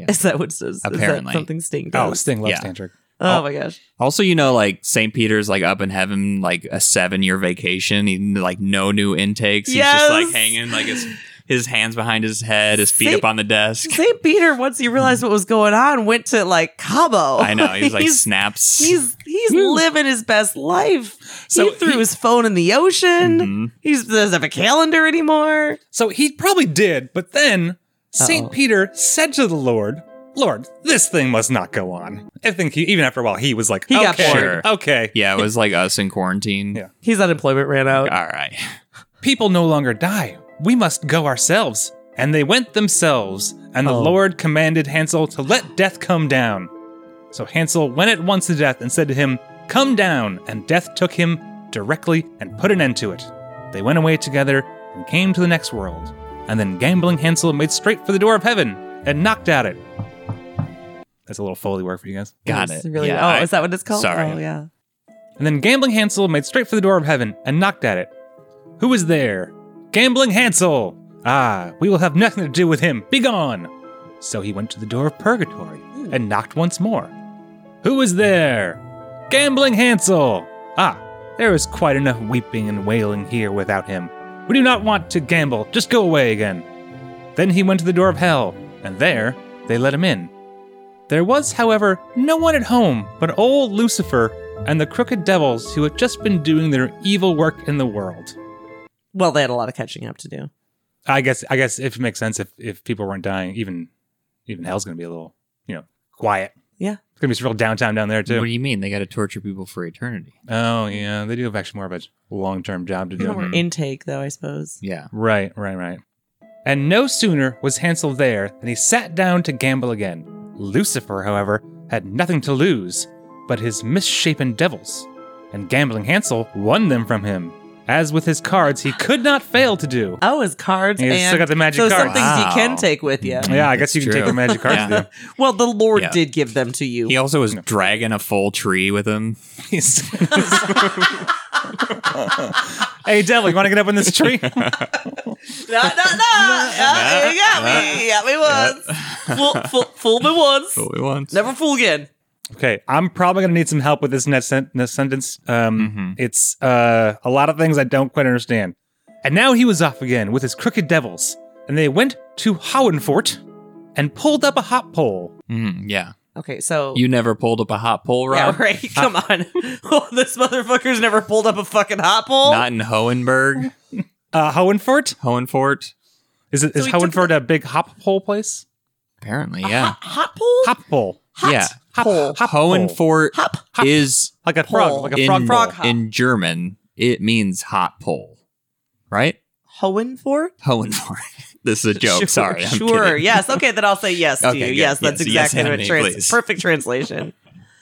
Speaker 1: is that what's is, that
Speaker 3: Apparently.
Speaker 1: something Sting
Speaker 2: oh,
Speaker 1: does
Speaker 2: Sting loves
Speaker 3: Yeah.
Speaker 2: tantric.
Speaker 1: oh, my gosh
Speaker 3: Also, you know, like St. Peter's like up in heaven, like a seven-year vacation. He like no new intakes. He's just like
Speaker 1: Yes.
Speaker 3: hanging, like his his hands behind his head, his feet
Speaker 1: Saint-
Speaker 3: up on the desk.
Speaker 1: St Peter once he realized what was going on went to like Cabo
Speaker 3: I know. He's like
Speaker 1: he's
Speaker 3: snaps.
Speaker 1: he's, he's living his best life
Speaker 2: So
Speaker 1: he threw
Speaker 2: he-
Speaker 1: his phone in the ocean
Speaker 3: Mhm.
Speaker 1: he doesn't have a calendar anymore
Speaker 2: So he probably did, but then
Speaker 1: Uh-oh.
Speaker 2: Saint Peter said to the Lord, "Lord, this thing must not go on." I think he, even after a while, he was like,
Speaker 1: He
Speaker 2: okay,
Speaker 1: got
Speaker 3: bored.
Speaker 2: Okay,
Speaker 3: yeah, it was like us in quarantine.
Speaker 2: Yeah.
Speaker 1: His unemployment ran out.
Speaker 3: All right.
Speaker 2: people no longer die. We must go ourselves." And they went themselves, and the
Speaker 1: Oh.
Speaker 2: Lord commanded Hansel to let death come down. So Hansel went at once to death and said to him, "Come down." And death took him directly and put an end to it. They went away together and came to the next world. And then gambling Hansel made straight for the door of heaven and knocked at it. That's a little foley work for you guys.
Speaker 3: Got
Speaker 1: It's
Speaker 3: it.
Speaker 1: Really?
Speaker 3: Yeah,
Speaker 1: oh,
Speaker 3: I-
Speaker 1: is that what it's called?
Speaker 3: sorry.
Speaker 1: Oh, yeah.
Speaker 2: And then Gambling Hansel made straight for the door of heaven and knocked at it. Who was there? Gambling Hansel! Ah, we will have nothing to do with him. Begone! So he went to the door of purgatory and knocked once more. Who was there? Gambling Hansel! Ah, there is quite enough weeping and wailing here without him. We do not want to gamble. Just go away again. Then he went to the door of hell, and there they let him in. There was, however, no one at home but old Lucifer and the crooked devils who had just been doing their evil work in the world.
Speaker 1: Well, they had a lot of catching up to do.
Speaker 2: I guess I guess if it makes sense if, if people weren't dying, even even hell's gonna be a little, you know, quiet.
Speaker 1: Yeah.
Speaker 2: It's gonna be some real downtime down there
Speaker 3: What
Speaker 2: too.
Speaker 3: do you mean? They got to torture people for eternity.
Speaker 2: Oh yeah, they do have actually more of a long term job to do.
Speaker 1: More intake, though, I suppose.
Speaker 3: Yeah.
Speaker 2: Right, right, right. And no sooner was Hansel there than he sat down to gamble again. Lucifer, however, had nothing to lose but his misshapen devils, and gambling Hansel won them from him, as with his cards he could not fail to do.
Speaker 1: Oh, his cards
Speaker 2: He's
Speaker 1: and
Speaker 2: still got the magic
Speaker 1: so some
Speaker 2: cards. Mm-hmm.
Speaker 1: things
Speaker 3: Wow.
Speaker 1: you can take with you.
Speaker 2: Yeah, I
Speaker 3: That's
Speaker 2: guess you can
Speaker 3: true.
Speaker 2: take the magic cards.
Speaker 3: Yeah.
Speaker 2: yeah.
Speaker 1: Well, the Lord
Speaker 3: Yeah.
Speaker 1: did give them to you.
Speaker 3: He also was dragging a full tree with him.
Speaker 2: hey, devil, you want to get up in this tree?
Speaker 1: No, no, no. Yeah, you got me. You got me once. Fool, fool, fooled me once.
Speaker 3: What we want.
Speaker 1: Never fool again.
Speaker 2: okay, I'm probably going to need some help with this next, sen- next sentence. Um, It's uh, a lot of things I don't quite understand. And now he was off again with his crooked devils, and they went to Howenfort and pulled up a hop pole.
Speaker 3: Mm, yeah.
Speaker 1: Okay, so
Speaker 3: You never pulled up a hot pole,
Speaker 1: yeah,
Speaker 3: Rob?
Speaker 1: right. Come on, this motherfucker's never pulled up a fucking hot pole.
Speaker 3: Not in Hohenberg,
Speaker 2: Uh, Howenfort?
Speaker 3: Hohenfort.
Speaker 2: Is, it,
Speaker 1: So
Speaker 2: is
Speaker 1: he took
Speaker 2: Howenfort a big hop pole place?
Speaker 3: Apparently, yeah.
Speaker 1: hot, hot pole.
Speaker 2: Hop pole.
Speaker 1: hot
Speaker 3: yeah.
Speaker 2: Hop,
Speaker 1: pole.
Speaker 2: hop pole.
Speaker 3: Hohenfort
Speaker 1: Hop.
Speaker 3: is
Speaker 2: Like a
Speaker 1: Pole.
Speaker 2: frog, like a
Speaker 3: in,
Speaker 2: frog. pole.
Speaker 1: frog hop.
Speaker 3: in German. It means hot pole, right?
Speaker 1: Hohenfort.
Speaker 3: Hohenfort. this is a joke.
Speaker 1: Sure,
Speaker 3: Sorry. I'm
Speaker 1: sure.
Speaker 3: kidding.
Speaker 1: Yes. Okay. Then I'll say yes to
Speaker 3: Okay,
Speaker 1: you.
Speaker 3: good.
Speaker 1: Yes, that's
Speaker 3: Yes, yes,
Speaker 1: exactly what
Speaker 3: Anthony,
Speaker 1: trans-
Speaker 3: please.
Speaker 1: perfect translation.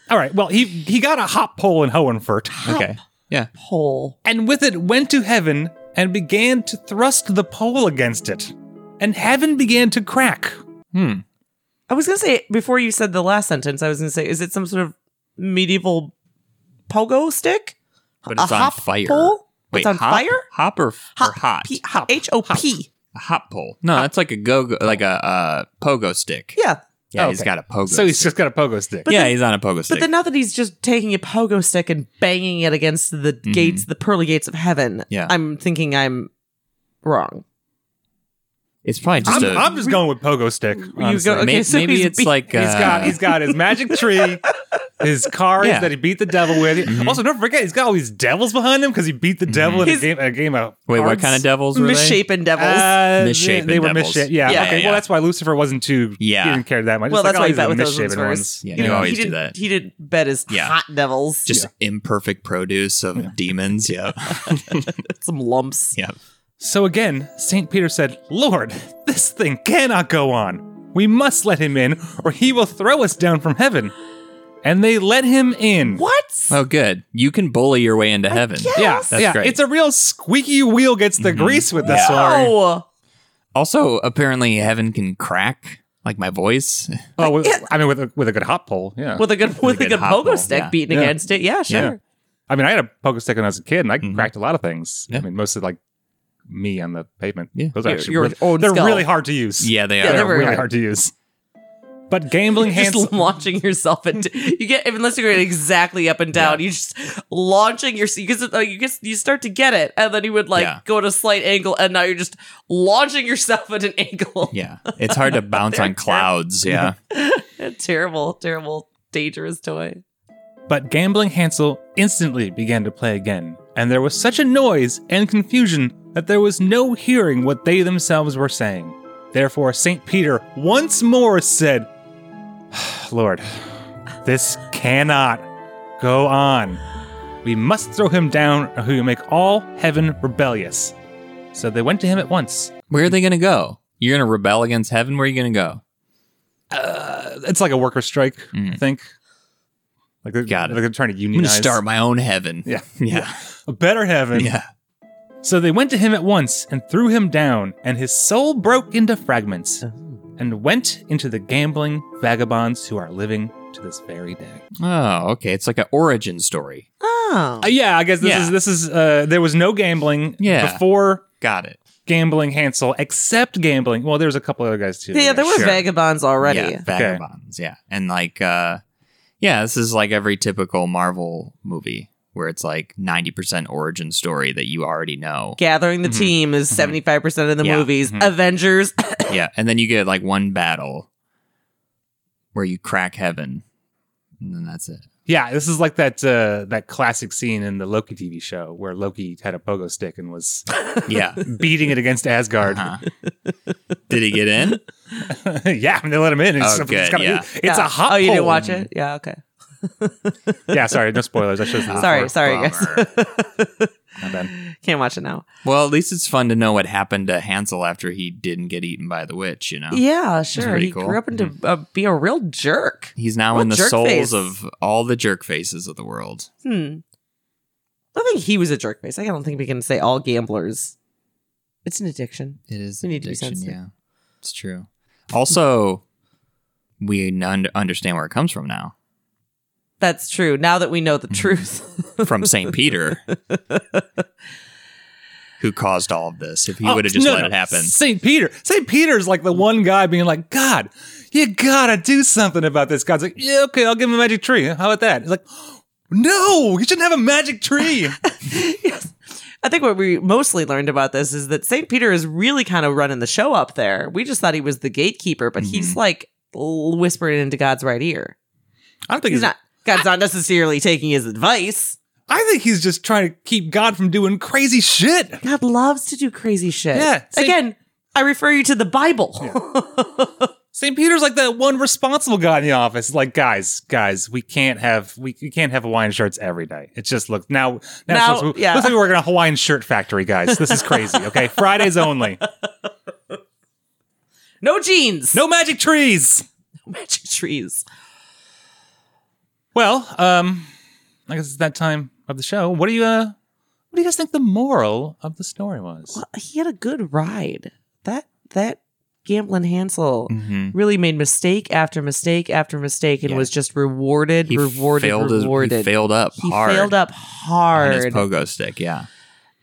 Speaker 2: All right. Well, he he got a hop pole in Hohenfurt,
Speaker 3: Okay. Yeah.
Speaker 1: Pole.
Speaker 2: and with it went to heaven and began to thrust the pole against it, and heaven began to crack.
Speaker 3: Hmm.
Speaker 1: I was gonna say before you said the last sentence. I was gonna say, is it some sort of medieval pogo stick?
Speaker 3: But it's
Speaker 1: a
Speaker 3: on
Speaker 1: hop
Speaker 3: fire.
Speaker 1: Pole?
Speaker 3: Wait,
Speaker 1: it's on
Speaker 3: hop,
Speaker 1: fire.
Speaker 3: Hop or, or hot?
Speaker 1: P-
Speaker 2: Hop.
Speaker 1: H O P.
Speaker 3: a hop pole. No, that's like a go, go like a uh, pogo stick.
Speaker 1: Oh. Yeah.
Speaker 3: Yeah,
Speaker 2: Oh,
Speaker 3: he's
Speaker 2: okay.
Speaker 3: got a pogo.
Speaker 2: So he's
Speaker 3: stick.
Speaker 2: just got a pogo stick.
Speaker 1: But
Speaker 3: yeah,
Speaker 1: then-
Speaker 3: he's on a pogo stick.
Speaker 1: But then now that he's just taking a pogo stick and banging it against the gates, the pearly gates of heaven,
Speaker 3: Mm-hmm. Yeah.
Speaker 1: I'm thinking I'm wrong.
Speaker 3: it's probably just
Speaker 2: I'm,
Speaker 3: a
Speaker 2: I'm just going with pogo stick. honestly.
Speaker 1: go- okay,
Speaker 3: may-
Speaker 1: so
Speaker 3: maybe
Speaker 1: he's
Speaker 3: it's
Speaker 1: be-
Speaker 3: like uh,
Speaker 2: He's got he's got his magic tree, his cards
Speaker 3: Yeah.
Speaker 2: that he beat the devil with. Also, don't forget he's got all these devils behind him because he beat the devil in a
Speaker 1: His-
Speaker 2: game a game of
Speaker 3: wait, what
Speaker 2: cards.
Speaker 3: kind of devils were they?
Speaker 1: Misshapen devils.
Speaker 3: Ah,
Speaker 2: Uh,
Speaker 3: Misshapen
Speaker 2: They were
Speaker 3: devils.
Speaker 2: misshapen. Yeah.
Speaker 1: Yeah.
Speaker 2: okay.
Speaker 3: Yeah, yeah.
Speaker 2: Well, that's why Lucifer wasn't too.
Speaker 3: Yeah.
Speaker 2: He didn't care that much.
Speaker 1: well,
Speaker 2: It's
Speaker 1: that's why
Speaker 2: like
Speaker 1: he bet
Speaker 2: all
Speaker 1: with
Speaker 2: these
Speaker 1: those ones
Speaker 2: misshapen
Speaker 1: first.
Speaker 3: Yeah,
Speaker 1: You
Speaker 3: you
Speaker 1: know,
Speaker 3: always
Speaker 1: he
Speaker 3: do
Speaker 1: didn't-
Speaker 3: that.
Speaker 1: He didn't bet his
Speaker 3: Yeah.
Speaker 1: hot devils.
Speaker 3: Just imperfect produce of demons. Yeah,
Speaker 1: some lumps.
Speaker 3: yeah.
Speaker 2: So again, St. Peter said, Lord, this thing cannot go on. We must let him in, or he will throw us down from heaven. And they let him in.
Speaker 1: What?
Speaker 3: Oh, good. You can bully your way into heaven.
Speaker 2: Yeah,
Speaker 1: Yes.
Speaker 3: That's
Speaker 2: yeah.
Speaker 3: great. Mm-hmm.
Speaker 2: It's a real squeaky wheel gets the grease with this one.
Speaker 1: No.
Speaker 3: Also, apparently, heaven can crack like my voice.
Speaker 2: Oh, with, I mean, with a, with a good hop pole. Yeah.
Speaker 1: With a good with a
Speaker 3: good
Speaker 1: good
Speaker 3: hot ball,
Speaker 1: pogo stick
Speaker 3: yeah.
Speaker 1: beaten
Speaker 2: Yeah.
Speaker 1: against it. Yeah, sure.
Speaker 2: I mean, I had a poker stick when I was a kid, and I
Speaker 3: Mhm.
Speaker 2: cracked a lot of things.
Speaker 3: Yeah.
Speaker 2: I mean, mostly like me on the pavement.
Speaker 3: Yeah.
Speaker 2: Those are
Speaker 1: Your-
Speaker 2: actually
Speaker 1: your
Speaker 2: really,
Speaker 1: own
Speaker 2: they're
Speaker 1: skull.
Speaker 2: really hard to use.
Speaker 3: Yeah, they
Speaker 1: Yeah,
Speaker 3: are.
Speaker 1: they're
Speaker 2: they're,
Speaker 1: very
Speaker 2: really
Speaker 1: hard.
Speaker 2: hard. to use. But gambling
Speaker 1: Just
Speaker 2: hands.
Speaker 1: launching yourself into you get unless you're going exactly up and down. You just launching your because uh, you just you start to get it, and then you would like
Speaker 3: Yeah.
Speaker 1: go at a slight angle, and now you're just launching yourself at an angle.
Speaker 3: Yeah, it's hard to bounce on clouds. Yeah.
Speaker 1: terrible, terrible, dangerous toy.
Speaker 2: But gambling Hansel instantly began to play again, and there was such a noise and confusion that there was no hearing what they themselves were saying. Therefore, St. Peter once more said, Lord, this cannot go on. We must throw him down, or he will make all heaven rebellious. So they went to him at once.
Speaker 3: Where are they going to go? You're going to rebel against heaven? Where are you going to go?
Speaker 2: Uh, It's like a worker strike, I think. Like they're,
Speaker 3: Got it.
Speaker 2: like they're trying to
Speaker 3: I'm going to
Speaker 2: unionize.
Speaker 3: start my own heaven.
Speaker 2: Yeah.
Speaker 3: Yeah.
Speaker 2: a better heaven.
Speaker 3: Yeah.
Speaker 2: So they went to him at once and threw him down, and his soul broke into fragments
Speaker 1: Oh.
Speaker 2: and went into the gambling vagabonds who are living to this very day.
Speaker 3: Oh, okay. It's like an origin story.
Speaker 1: Oh,
Speaker 2: Uh, yeah, I guess this
Speaker 3: Yeah.
Speaker 2: is this is uh there was no gambling
Speaker 3: Yeah.
Speaker 2: before
Speaker 3: Got it.
Speaker 2: gambling Hansel except gambling. Well, there was a couple other guys too.
Speaker 1: yeah, there were
Speaker 3: sure.
Speaker 1: vagabonds already.
Speaker 3: Yeah, vagabonds. Yeah. And like uh yeah, this is like every typical Marvel movie where it's like 90% origin story that you already know.
Speaker 1: Gathering the team is seventy five percent of the
Speaker 3: Yeah.
Speaker 1: movies.
Speaker 2: Mhm.
Speaker 1: Avengers.
Speaker 3: yeah, and then you get like one battle where you crack heaven. And then that's it.
Speaker 2: Yeah, this is like that uh that classic scene in the Loki TV show where Loki had a pogo stick and was
Speaker 3: Yeah.
Speaker 2: beating it against Asgard.
Speaker 3: Uh-huh. Did he get in?
Speaker 2: yeah, and they let him in. It's,
Speaker 3: Oh,
Speaker 2: it's
Speaker 3: good,
Speaker 2: gotta-
Speaker 3: yeah.
Speaker 2: it's
Speaker 1: Yeah.
Speaker 2: a hot
Speaker 1: Oh, you didn't
Speaker 2: pole.
Speaker 1: watch it? Yeah. Okay.
Speaker 2: Yeah, sorry, no spoilers. I should have
Speaker 1: Sorry. Sorry,
Speaker 3: Bummer.
Speaker 1: guys.
Speaker 2: My bad.
Speaker 1: Can't watch it now.
Speaker 3: Well, at least it's fun to know what happened to Hansel after he didn't get eaten by the witch, you know?
Speaker 1: Yeah, sure.
Speaker 3: pretty
Speaker 1: He
Speaker 3: cool.
Speaker 1: grew up into uh, be a real jerk.
Speaker 3: He's now
Speaker 1: Well,
Speaker 3: in the
Speaker 1: jerk
Speaker 3: souls
Speaker 1: face.
Speaker 3: of all the jerk faces of the world.
Speaker 1: Hmm. I think he was a jerk face. I don't think we can say all gamblers. It's an addiction.
Speaker 3: It is
Speaker 1: We
Speaker 3: an
Speaker 1: need to be
Speaker 3: addiction,
Speaker 1: sensitive.
Speaker 3: yeah. It's true. Also, we nun- understand where it comes from now.
Speaker 1: That's true. Now that we know the truth.
Speaker 3: From St. Peter, who caused all of this. If he
Speaker 2: Oh,
Speaker 3: would have just
Speaker 2: no,
Speaker 3: let
Speaker 2: no.
Speaker 3: it happen.
Speaker 2: St. Peter. St. Peter's like the one guy being like, God, you gotta do something about this. God's like, yeah, okay, I'll give him a magic tree. How about that? He's like, no, you shouldn't have a magic tree.
Speaker 1: Yes. I think what we mostly learned about this is that St. Peter is really kind of running the show up there. We just thought he was the gatekeeper, but he's
Speaker 3: Mm-hmm.
Speaker 1: like l- whispering into God's right ear.
Speaker 2: I don't think
Speaker 1: He's not God's not necessarily taking his advice.
Speaker 2: I think he's just trying to keep God from doing crazy shit.
Speaker 1: God loves to do crazy shit.
Speaker 2: Yeah, Saint-
Speaker 1: Again, I refer you to the Bible.
Speaker 2: St. Peter's like that one responsible guy in the office. Like, guys, guys, we can't have we, we can't have Hawaiian shirts every day. It's just look now now,
Speaker 1: Now,
Speaker 2: it's supposed to-
Speaker 1: yeah.
Speaker 2: looks like we're working at a Hawaiian shirt factory, guys. This is crazy. Okay, Fridays only.
Speaker 1: no jeans.
Speaker 2: No magic trees.
Speaker 1: magic trees.
Speaker 2: Well, um, I guess it's that time of the show. What do you uh, what do you guys think the moral of the story was?
Speaker 1: He had a good ride. That that Gamblin Hansel
Speaker 3: Mm-hmm.
Speaker 1: really made mistake after mistake after mistake and
Speaker 3: Yeah.
Speaker 1: was just rewarded, rewarded,
Speaker 3: failed his-
Speaker 1: rewarded.
Speaker 3: he failed up
Speaker 1: He
Speaker 3: hard.
Speaker 1: failed up
Speaker 3: on
Speaker 1: hard.
Speaker 3: his pogo stick. Yeah,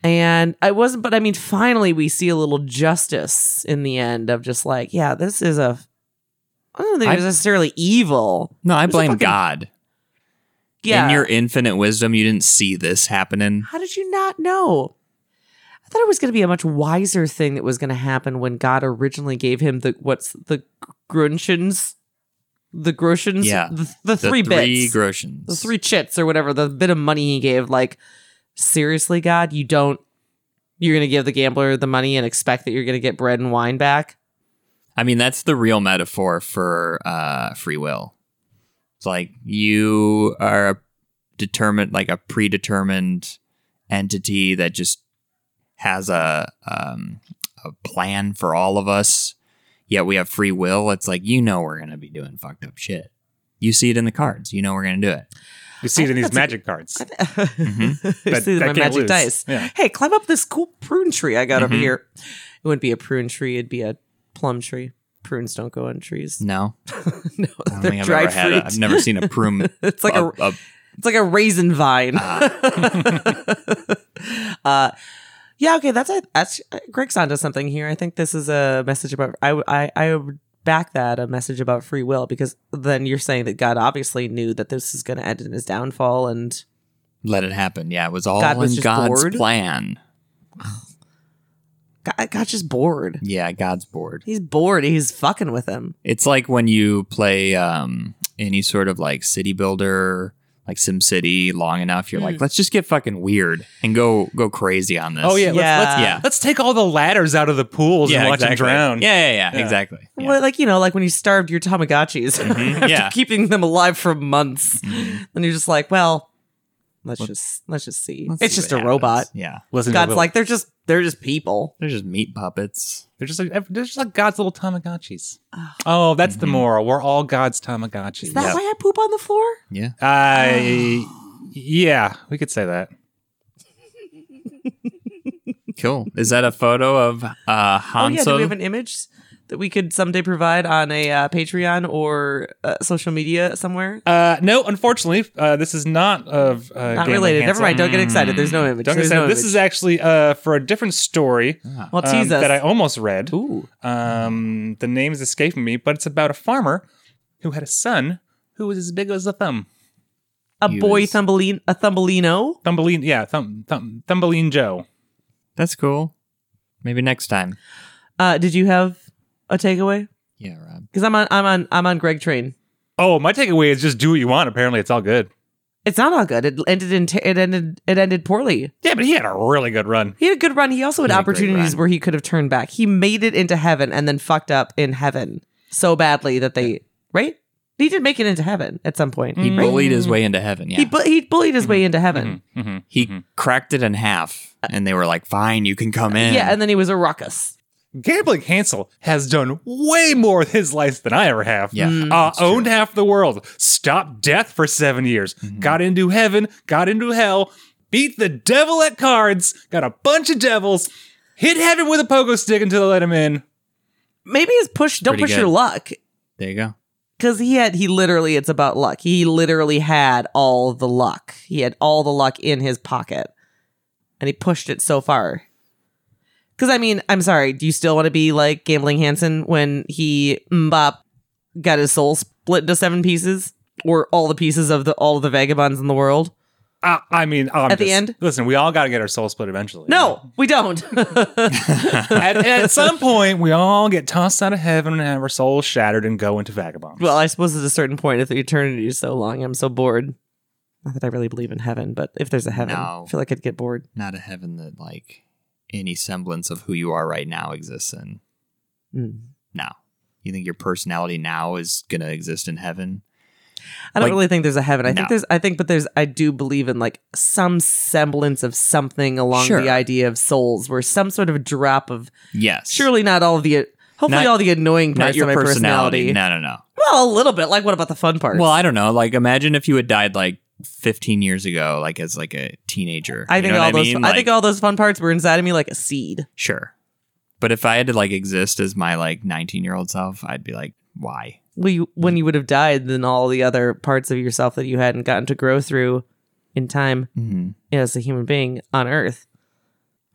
Speaker 1: and I wasn't, but I mean, finally, we see a little justice in the end of just like, yeah, this is a. I don't think it
Speaker 3: I-
Speaker 1: was necessarily evil.
Speaker 3: no, I
Speaker 1: It was a
Speaker 3: blame
Speaker 1: fucking-
Speaker 3: God.
Speaker 1: Yeah.
Speaker 3: In your infinite wisdom, you didn't see this happening.
Speaker 1: How did you not know? I thought it was going to be a much wiser thing that was going to happen when God originally gave him the what's the grunchins, the groshins,
Speaker 3: Yeah.
Speaker 1: the, the
Speaker 3: The
Speaker 1: three
Speaker 3: three
Speaker 1: bits,
Speaker 3: groshans.
Speaker 1: the three chits or whatever the bit of money he gave. Like seriously, God, you don't. You're going to give the gambler the money and expect that you're going to get bread and wine back.
Speaker 3: I mean, that's the real metaphor for uh, free will. It's like you are a determined, like a predetermined entity that just has a um, a plan for all of us. Yet we have free will. It's like you know we're gonna be doing fucked up shit. You see it in the cards. You know we're gonna do it.
Speaker 2: You see it in these
Speaker 1: that's a-
Speaker 2: magic cards.
Speaker 1: I
Speaker 3: Mm-hmm.
Speaker 2: That-
Speaker 1: see
Speaker 2: that
Speaker 1: my
Speaker 2: can't
Speaker 1: magic
Speaker 2: lose.
Speaker 1: dice.
Speaker 2: Yeah.
Speaker 1: Hey, climb up this cool prune tree I got over
Speaker 3: Mhm.
Speaker 1: here. It wouldn't be a prune tree; it'd be a plum tree. Prunes don't go on trees.
Speaker 3: No,
Speaker 1: no,
Speaker 3: I don't
Speaker 1: they're
Speaker 3: think I've
Speaker 1: dried
Speaker 3: ever had. A,
Speaker 1: fruit.
Speaker 3: I've never seen a prune.
Speaker 1: it's like a,
Speaker 3: a- a-
Speaker 1: it's like a raisin vine.
Speaker 3: Ah.
Speaker 1: uh, yeah, okay, that's a, that's uh, Greg's onto something here. I think this is a message about I I I would back that a message about free will because then you're saying that God obviously knew that this is going to end in his downfall and
Speaker 3: let it happen. Yeah, it was all
Speaker 1: God was
Speaker 3: in
Speaker 1: just
Speaker 3: God's
Speaker 1: bored?
Speaker 3: plan.
Speaker 1: God, uh, God's just bored.
Speaker 3: Yeah, God's bored.
Speaker 1: He's bored. He's fucking with him.
Speaker 3: It's like when you play um, any sort of like city builder, like Sim City, long enough, you're
Speaker 1: Hmm.
Speaker 3: like, let's just get fucking weird and go go crazy on this.
Speaker 2: Oh yeah,
Speaker 1: Yeah.
Speaker 2: Let's, let's,
Speaker 3: Yeah.
Speaker 2: Let's take all the ladders out of the pools and watch
Speaker 3: exactly.
Speaker 2: them drown.
Speaker 3: Yeah, yeah, yeah,
Speaker 2: Yeah.
Speaker 3: exactly. Yeah. Mm-hmm.
Speaker 1: Well, like you know, like when you starved your Tamagotchis after
Speaker 3: Yeah. Mm-hmm.
Speaker 1: keeping them alive for months, and you're just like, well, let's
Speaker 3: Let's-
Speaker 1: just let's just see.
Speaker 3: Let's
Speaker 1: it's
Speaker 3: see
Speaker 1: just a
Speaker 3: what happens.
Speaker 1: robot.
Speaker 3: Yeah,
Speaker 2: Listen to
Speaker 1: God's
Speaker 2: Will.
Speaker 1: like they're just they're just people.
Speaker 3: they're just meat puppets.
Speaker 2: They're just like they're just like God's little Tamagotchis. Oh, that's the moral. We're all God's Tamagotchis.
Speaker 1: Is that why I poop on the floor?
Speaker 3: Yeah,
Speaker 2: I
Speaker 1: Oh.
Speaker 2: yeah, we could say that.
Speaker 3: cool. Is that a photo of uh,
Speaker 1: Oh yeah,
Speaker 3: Hanzo?
Speaker 1: do we have an image that we could someday provide on a uh, Patreon or uh, social media somewhere?
Speaker 2: Uh, no, unfortunately, uh, this is not of
Speaker 1: Not
Speaker 2: uh, Gambling
Speaker 1: related.
Speaker 2: Hansel.
Speaker 1: Never mind. Don't get excited. There's no image.
Speaker 2: Mm. Don't get
Speaker 1: There's
Speaker 2: excited.
Speaker 1: no
Speaker 2: this
Speaker 1: image.
Speaker 2: is actually uh, for a different story
Speaker 3: Ah.
Speaker 1: well,
Speaker 2: um,
Speaker 1: tease us.
Speaker 2: that I almost read.
Speaker 1: Ooh,
Speaker 2: Um, the name is escaping me, but it's about a farmer who had a son who was as big as a thumb.
Speaker 1: a
Speaker 3: Use.
Speaker 1: boy Thumbelin, a Thumbelino.
Speaker 2: Thumbelina, yeah, thumb, thumb, Thumbelina Joe.
Speaker 3: That's cool. Maybe next time.
Speaker 1: Uh, did you have a takeaway?
Speaker 3: Yeah, Rob.
Speaker 1: Because I'm on, I'm on, I'm on Greg train.
Speaker 2: Oh, my takeaway is just do what you want. Apparently, it's all good.
Speaker 1: It's not all good. It ended in t- it ended it ended poorly.
Speaker 2: Yeah, but he had a really good run.
Speaker 1: He had a good run. He also had
Speaker 3: He had a great
Speaker 1: opportunities
Speaker 3: run.
Speaker 1: where he could have turned back. He made it into heaven and then fucked up in heaven so badly that they right. He did make it into heaven at some point.
Speaker 3: He
Speaker 1: right?
Speaker 3: bullied his way into heaven. Yeah,
Speaker 1: Mm-hmm. He bu- he bullied his way into heaven.
Speaker 2: Mm-hmm.
Speaker 3: he cracked it in half, and they were like, "Fine, you can come in."
Speaker 1: Yeah, and then he was a ruckus.
Speaker 2: Gambling Hansel has done way more with his life than I ever have.
Speaker 3: Yeah, Mm.
Speaker 2: Uh, owned half the world, stopped death for seven years,
Speaker 1: Mm-hmm.
Speaker 2: got into heaven, got into hell, beat the devil at cards, got a bunch of devils, hit heaven with a pogo stick until they let him in.
Speaker 1: Maybe his push. Don't
Speaker 3: Pretty
Speaker 1: push
Speaker 3: good.
Speaker 1: your luck
Speaker 3: there you go.
Speaker 1: because he had. He literally. It's about luck. He literally had all the luck. He had all the luck in his pocket, and he pushed it so far. Because I mean, I'm sorry. Do you still want to be like Gambling Hansen when he mbop got his soul split into seven pieces, or all the pieces of the all of the vagabonds in the world?
Speaker 2: I, I mean, I'm
Speaker 1: At the
Speaker 2: just-
Speaker 1: end?
Speaker 2: Listen, we all got to get our soul split eventually.
Speaker 1: No, we don't.
Speaker 2: at, at some point, we all get tossed out of heaven and have our souls shattered and go into vagabonds.
Speaker 1: well, I suppose at a certain point, if the eternity is so long, I'm so bored. Not that I really believe in heaven, but if there's a heaven,
Speaker 3: No.
Speaker 1: I feel like I'd get bored.
Speaker 3: Not a heaven that like any semblance of who you are right now exists in.
Speaker 1: Mm.
Speaker 3: No. You think your personality now is gonna exist in heaven?
Speaker 1: I don't
Speaker 3: Like,
Speaker 1: really think there's a heaven. I
Speaker 3: no.
Speaker 1: think there's, I think, but there's, I do believe in like some semblance of something along
Speaker 3: Sure.
Speaker 1: the idea of souls, where some sort of drop of
Speaker 3: Yes.
Speaker 1: surely not all the, hopefully
Speaker 3: Not-
Speaker 1: all the annoying
Speaker 3: Not
Speaker 1: parts
Speaker 3: your
Speaker 1: of my
Speaker 3: personality.
Speaker 1: personality.
Speaker 3: No, no, no.
Speaker 1: Well, a little bit. Like, what about the fun part?
Speaker 3: Well, I don't know. Like, imagine if you had died like 15 years ago, like as like a teenager.
Speaker 1: I
Speaker 3: You
Speaker 1: think
Speaker 3: know
Speaker 1: all
Speaker 3: what
Speaker 1: those.
Speaker 3: mean?
Speaker 1: I think
Speaker 3: Like,
Speaker 1: all those fun parts were inside of me like a seed.
Speaker 3: sure. But if I had to like exist as my like 19 year old self, I'd be like, why?
Speaker 1: Well, you, when you would have died, then all the other parts of yourself that you hadn't gotten to grow through in time
Speaker 3: Mm-hmm.
Speaker 1: as a human being on Earth.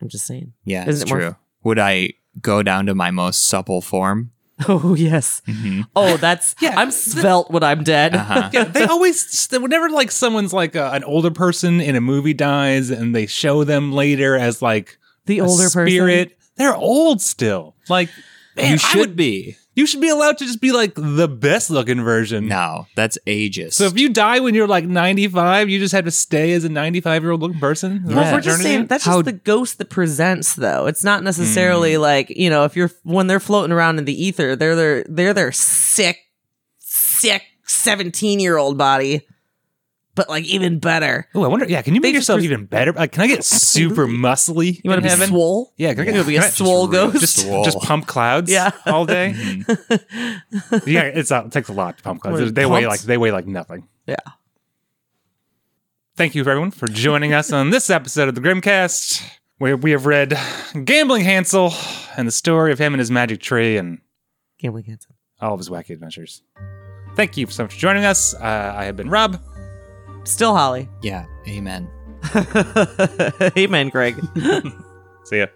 Speaker 1: I'm just saying.
Speaker 3: Yeah,
Speaker 1: Isn't
Speaker 3: it's
Speaker 1: it more-
Speaker 3: true. Would I go down to my most supple form?
Speaker 1: Oh yes.
Speaker 3: Mhm.
Speaker 1: Oh, that's.
Speaker 2: Yeah.
Speaker 1: I'm svelte when I'm dead.
Speaker 3: Uh-huh.
Speaker 2: yeah, they always whenever like someone's like a, an older person in a movie dies and they show them later as like
Speaker 1: The
Speaker 2: a
Speaker 1: older
Speaker 2: spirit, they're old still. Like man, I
Speaker 3: you should
Speaker 2: would-
Speaker 3: be.
Speaker 2: you should be allowed to just be like the best looking version.
Speaker 3: No, that's ageist.
Speaker 2: So if you die when you're like 95, you just have to stay as a 95 year old looking person. the
Speaker 1: person. Well,
Speaker 2: rest
Speaker 1: we're
Speaker 2: of
Speaker 1: just
Speaker 2: eternity?
Speaker 1: saying that's
Speaker 3: How-
Speaker 1: just the ghost that presents, though. It's not necessarily like you know if you're when they're floating around in the ether, they're their they're their sick, sick seventeen year old body, but like even better.
Speaker 2: Oh, I wonder. Yeah, can you
Speaker 1: They
Speaker 2: make
Speaker 1: just
Speaker 2: yourself
Speaker 1: pres-
Speaker 2: even better? Like, can I get super muscly?
Speaker 1: You want to
Speaker 2: in
Speaker 1: be
Speaker 2: heaven?
Speaker 1: swole?
Speaker 2: Yeah, can I get
Speaker 1: You wanna be a
Speaker 2: can I-
Speaker 1: swole
Speaker 3: just-
Speaker 1: ghost?
Speaker 3: Just,
Speaker 2: Just pump clouds.
Speaker 1: Yeah.
Speaker 2: all day.
Speaker 3: Mhm.
Speaker 2: yeah, it's uh, it takes a lot to pump
Speaker 1: What are
Speaker 2: clouds. They weigh
Speaker 1: pumps?
Speaker 2: like they weigh like nothing.
Speaker 1: Yeah.
Speaker 2: Thank you, everyone, for joining us on this episode of the Grimcast, where we have read "Gambling Hansel" and the story of him and his magic tree and
Speaker 1: Gambling Hanson.
Speaker 2: all of his wacky adventures. Thank you so much for joining us. Uh, I have been Rob.
Speaker 1: Still Holly.
Speaker 3: yeah, amen.
Speaker 1: Amen, Greg.
Speaker 2: See ya.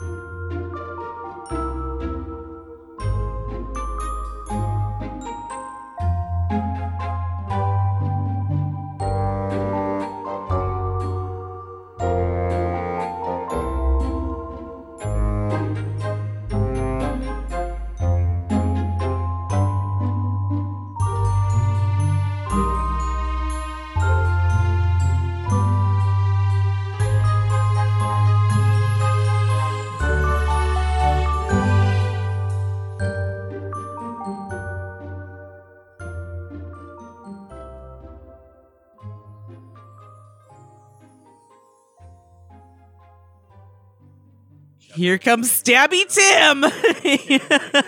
Speaker 1: Here comes Stabby Tim.